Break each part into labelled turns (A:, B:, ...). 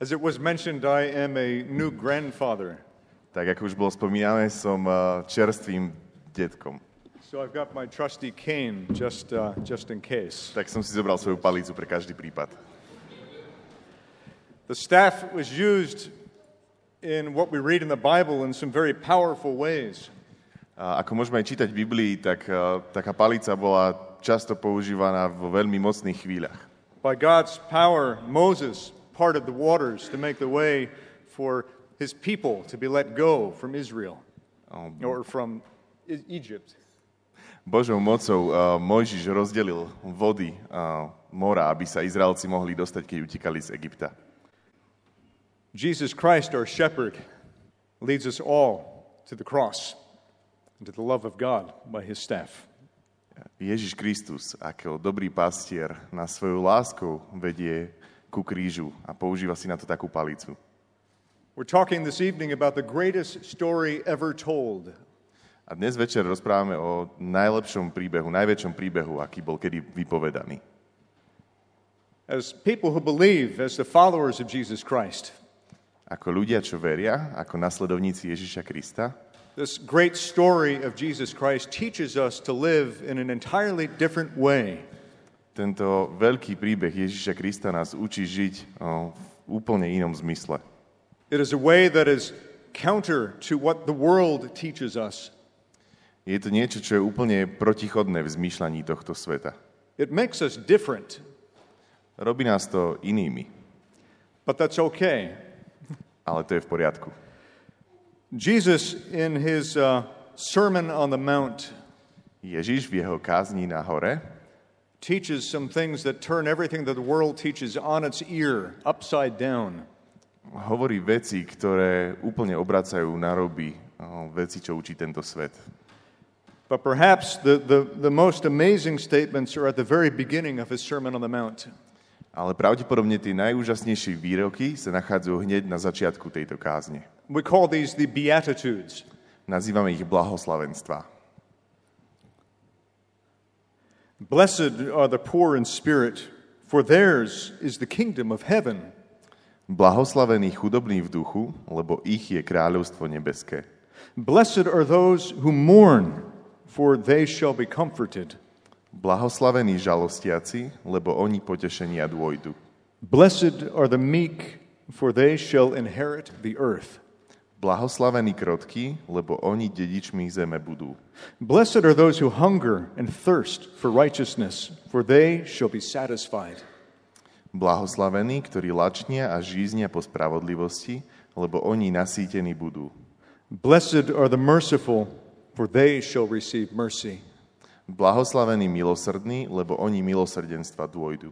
A: As it was mentioned, I am a new grandfather.
B: Tak ako už bolo spomínané, som eh, čerstvým detkom.
A: So I've got my trusty cane just, uh, just in case.
B: Tak som si zobral svoju palicu pre každý prípad.
A: The staff was used in what we read in the Bible in some very powerful ways.
B: A ako môžeme aj čítať v Biblii, tak eh, taká palica bola často používaná vo veľmi mocných chvíľach.
A: By God's power, Moses parted the waters to make the way for his people to be let go from Israel or from E- Egypt.
B: Božou mocou eh, Mojžiš rozdelil vody eh, mora, aby sa Izraelci mohli dostať, keď utekali z Egypta.
A: Jesus Christ, our shepherd, leads us all to the cross and to the love of God by his staff.
B: Ježiš Kristus, ako dobrý pastier, na svoju láskou vedie ku krížu a používa si na to takú palicu.
A: We're talking this evening about the greatest story ever told
B: A dnes večer rozprávame o najlepšom príbehu, najväčšom príbehu, aký bol kedy vypovedaný.
A: As people who believe, as the followers of Jesus Christ,
B: Ako ľudia, čo veria, ako nasledovníci Ježiša Krista,
A: this great story of Jesus Christ teaches us to live in an entirely different way
B: tento veľký príbeh Ježiša Krista nás učí žiť o, v úplne inom zmysle.
A: It is a way that is counter to what the world teaches us.
B: Je to niečo, čo je úplne protichodné v zmýšľaní tohto sveta.
A: It makes us different,
B: Robí nás to inými,
A: but that's okay.
B: ale to je v poriadku.
A: Jesus, in his uh, Sermon on the Mount,
B: Ježiš v jeho kázni na hore
A: teaches some things that turn everything that the world teaches on its ear, upside down.
B: hovorí veci, ktoré úplne obracajú na roby o, veci, čo učí tento svet.
A: But perhaps the, the, the most amazing statements are at the very beginning of his Sermon on the Mount.
B: Ale pravdepodobne tie najúžasnejšie výroky sa nachádzajú hneď na začiatku tejto kázne.
A: We call these the Beatitudes.
B: Nazývame ich blahoslavenstva.
A: Blessed are the poor in spirit, for theirs is the kingdom of heaven.
B: Blahoslavení chudobní v duchu, lebo ich je kráľovstvo nebeské.
A: Blessed are those who mourn, for they shall be comforted.
B: Blahoslavení žalostiaci, lebo oni potešenia dôjdu.
A: Blessed are the meek, for they shall inherit the earth.
B: Blahoslavení krotky, lebo oni dedičmi zeme budú.
A: Blessed are those who hunger and thirst for righteousness, for they shall be satisfied.
B: Blahoslavení, ktorí lačnia a žíznia po spravodlivosti, lebo oni nasýtení budú.
A: Blessed are the merciful, for they shall receive mercy.
B: Blahoslavení milosrdní, lebo oni milosrdenstva dôjdu.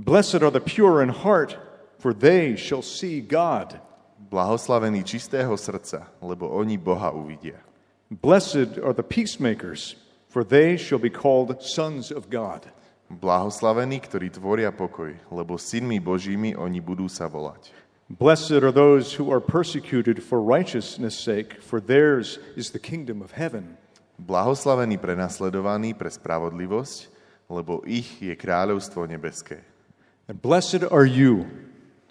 A: Blessed are the pure in heart, for they shall see God.
B: Blahoslavení čistého srdca, lebo oni Boha uvidia.
A: Blessed are the peacemakers, for they shall be called sons of God.
B: Blahoslavení, ktorí tvoria pokoj, lebo synmi Božími oni budú sa volať.
A: Blessed are those who are persecuted for righteousness' sake, for theirs is the kingdom of heaven.
B: Blahoslavení prenasledovaní pre spravodlivosť, lebo ich je kráľovstvo nebeské.
A: And blessed are you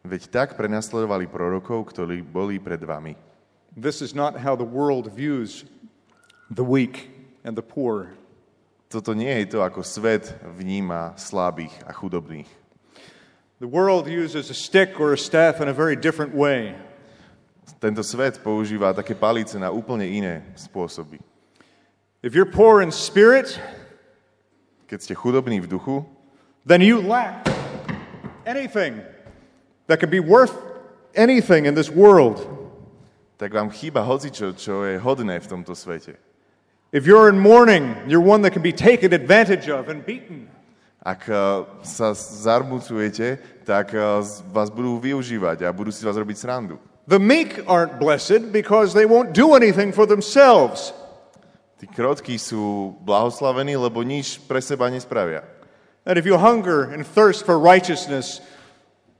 B: Veď tak prenasledovali prorokov, ktorí boli pred vami.
A: This is not how the world views the weak and the poor.
B: Toto nie je to, ako svet vníma slabých a chudobných.
A: The world uses a stick or a staff in a very different way.
B: Tento svet používa také palice na úplne iné spôsoby.
A: If you're poor in spirit,
B: Keď ste chudobní v duchu,
A: then you lack anything that could be worth anything in this world.
B: tak vám chýba hocičo, čo je hodné v tomto svete.
A: If you're in mourning, you're one that can be taken advantage of and beaten.
B: Ak eh, sa zarmucujete, tak eh, z- vás budú využívať a budú si z vás robiť srandu.
A: The meek aren't blessed because they won't do anything for themselves.
B: Tí krotkí sú blahoslavení, lebo nič pre seba nespravia.
A: That if you hunger and thirst for righteousness,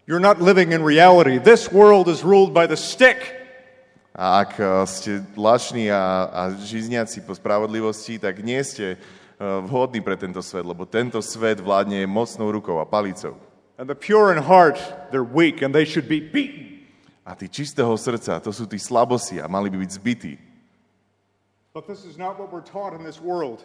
A: you're not living in reality. This world is ruled by the stick.
B: A ak eh, ste lační a, a žizniaci po spravodlivosti, tak nie ste eh, vhodní pre tento svet, lebo tento svet vládne mocnou rukou a palicou.
A: And the pure in heart, they're weak and they should be beaten.
B: A tí čistého srdca, to sú tí slabosti a mali by byť zbytí.
A: But this is not what we're taught in this world,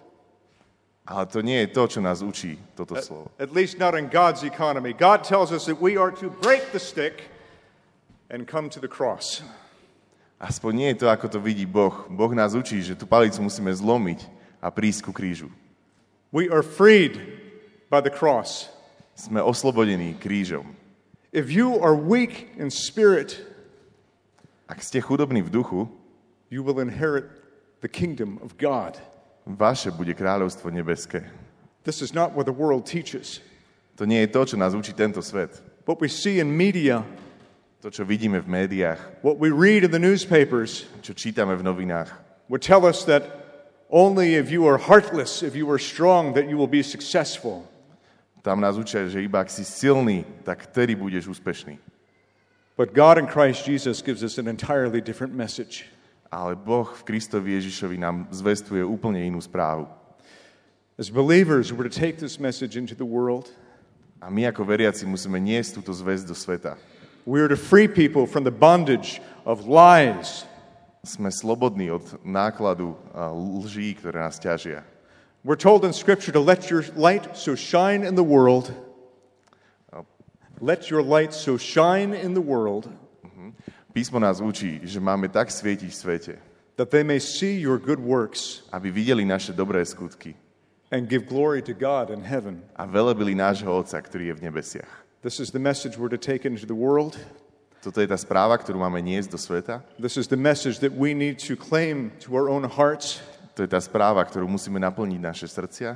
B: Ale to nie je to, čo nás učí
A: E-
B: toto slovo.
A: at least not in God's economy. God tells us that we are to break the stick and come to the cross.
B: Aspoň nie je to, ako to vidí Boh. Boh nás učí, že tú palicu musíme zlomiť a prísť ku krížu.
A: We are freed by the cross.
B: Sme oslobodení krížom.
A: If you are weak in spirit,
B: Ak ste chudobní v duchu,
A: you will inherit the kingdom of God.
B: vaše bude kráľovstvo nebeské.
A: This is not what the world teaches.
B: To nie je to, čo nás učí tento svet.
A: What we see in media,
B: To, čo vidíme v médiách,
A: what we read in the newspapers,
B: čo čítame v novinách,
A: would tell us that only if you are heartless, if you are strong, that you will be successful.
B: tam nás učia, že iba ak si silný, tak vtedy budeš úspešný.
A: But God in Christ Jesus gives us an entirely different message.
B: Ale Boh v Kristovi Ježišovi nám zvestuje úplne inú správu.
A: As believers, we're to take this message into the world.
B: A my ako veriaci musíme niesť túto zväzť do sveta.
A: We are to free people from the bondage of lies.
B: Sme slobodní od nákladu a, lží, ktoré nás ťažia.
A: We're told in Scripture to let your light so shine in the world. uh, Let your light so shine in the world
B: Písmo nás učí, že máme tak svietiť v svete,
A: that they may see your good works
B: aby videli naše dobré skutky
A: and give glory to God in heaven.
B: a velebili nášho Otca, ktorý je v nebesiach.
A: This is the message we're to take into the world.
B: Toto je tá správa, ktorú máme niesť do sveta.
A: This is the message that we need to claim to our own hearts.
B: To je tá správa, ktorú musíme naplniť naše srdcia.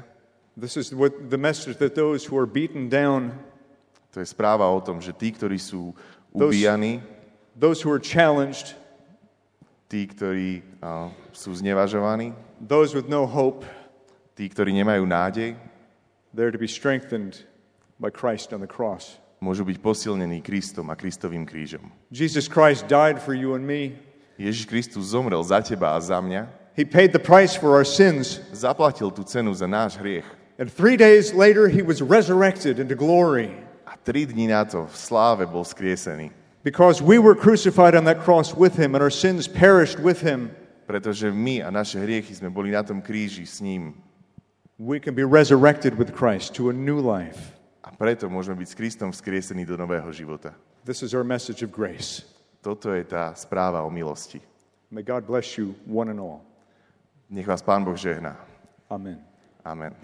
A: This is what, the message that those who are beaten down,
B: To je správa o tom, že tí, ktorí sú ubíjani,
A: those who are challenged,
B: tí, ktorí a, sú znevažovaní,
A: those with no hope,
B: tí, ktorí nemajú nádej,
A: they're to be strengthened by Christ on the cross.
B: môžu byť posilnení Kristom a Kristovým krížom.
A: Jesus Christ died for you and me.
B: Ježiš Kristus zomrel za teba a za mňa,
A: He paid the price for our sins.
B: zaplatil tú cenu za náš hriech
A: And three days later, he was resurrected into glory.
B: a tri dní na to v sláve bol skriesený,
A: Because we were crucified on that cross with him, and our sins perished with him,
B: pretože my a naše hriechy sme boli na tom kríži s ním
A: we can be resurrected with Christ to a new life.
B: a preto môžeme byť s Kristom vzkriesení do nového života.
A: This is our message of grace.
B: Toto je tá správa o milosti.
A: May God bless you, one and all.
B: Nech vás Pán Boh žehná.
A: Amen.
B: Amen.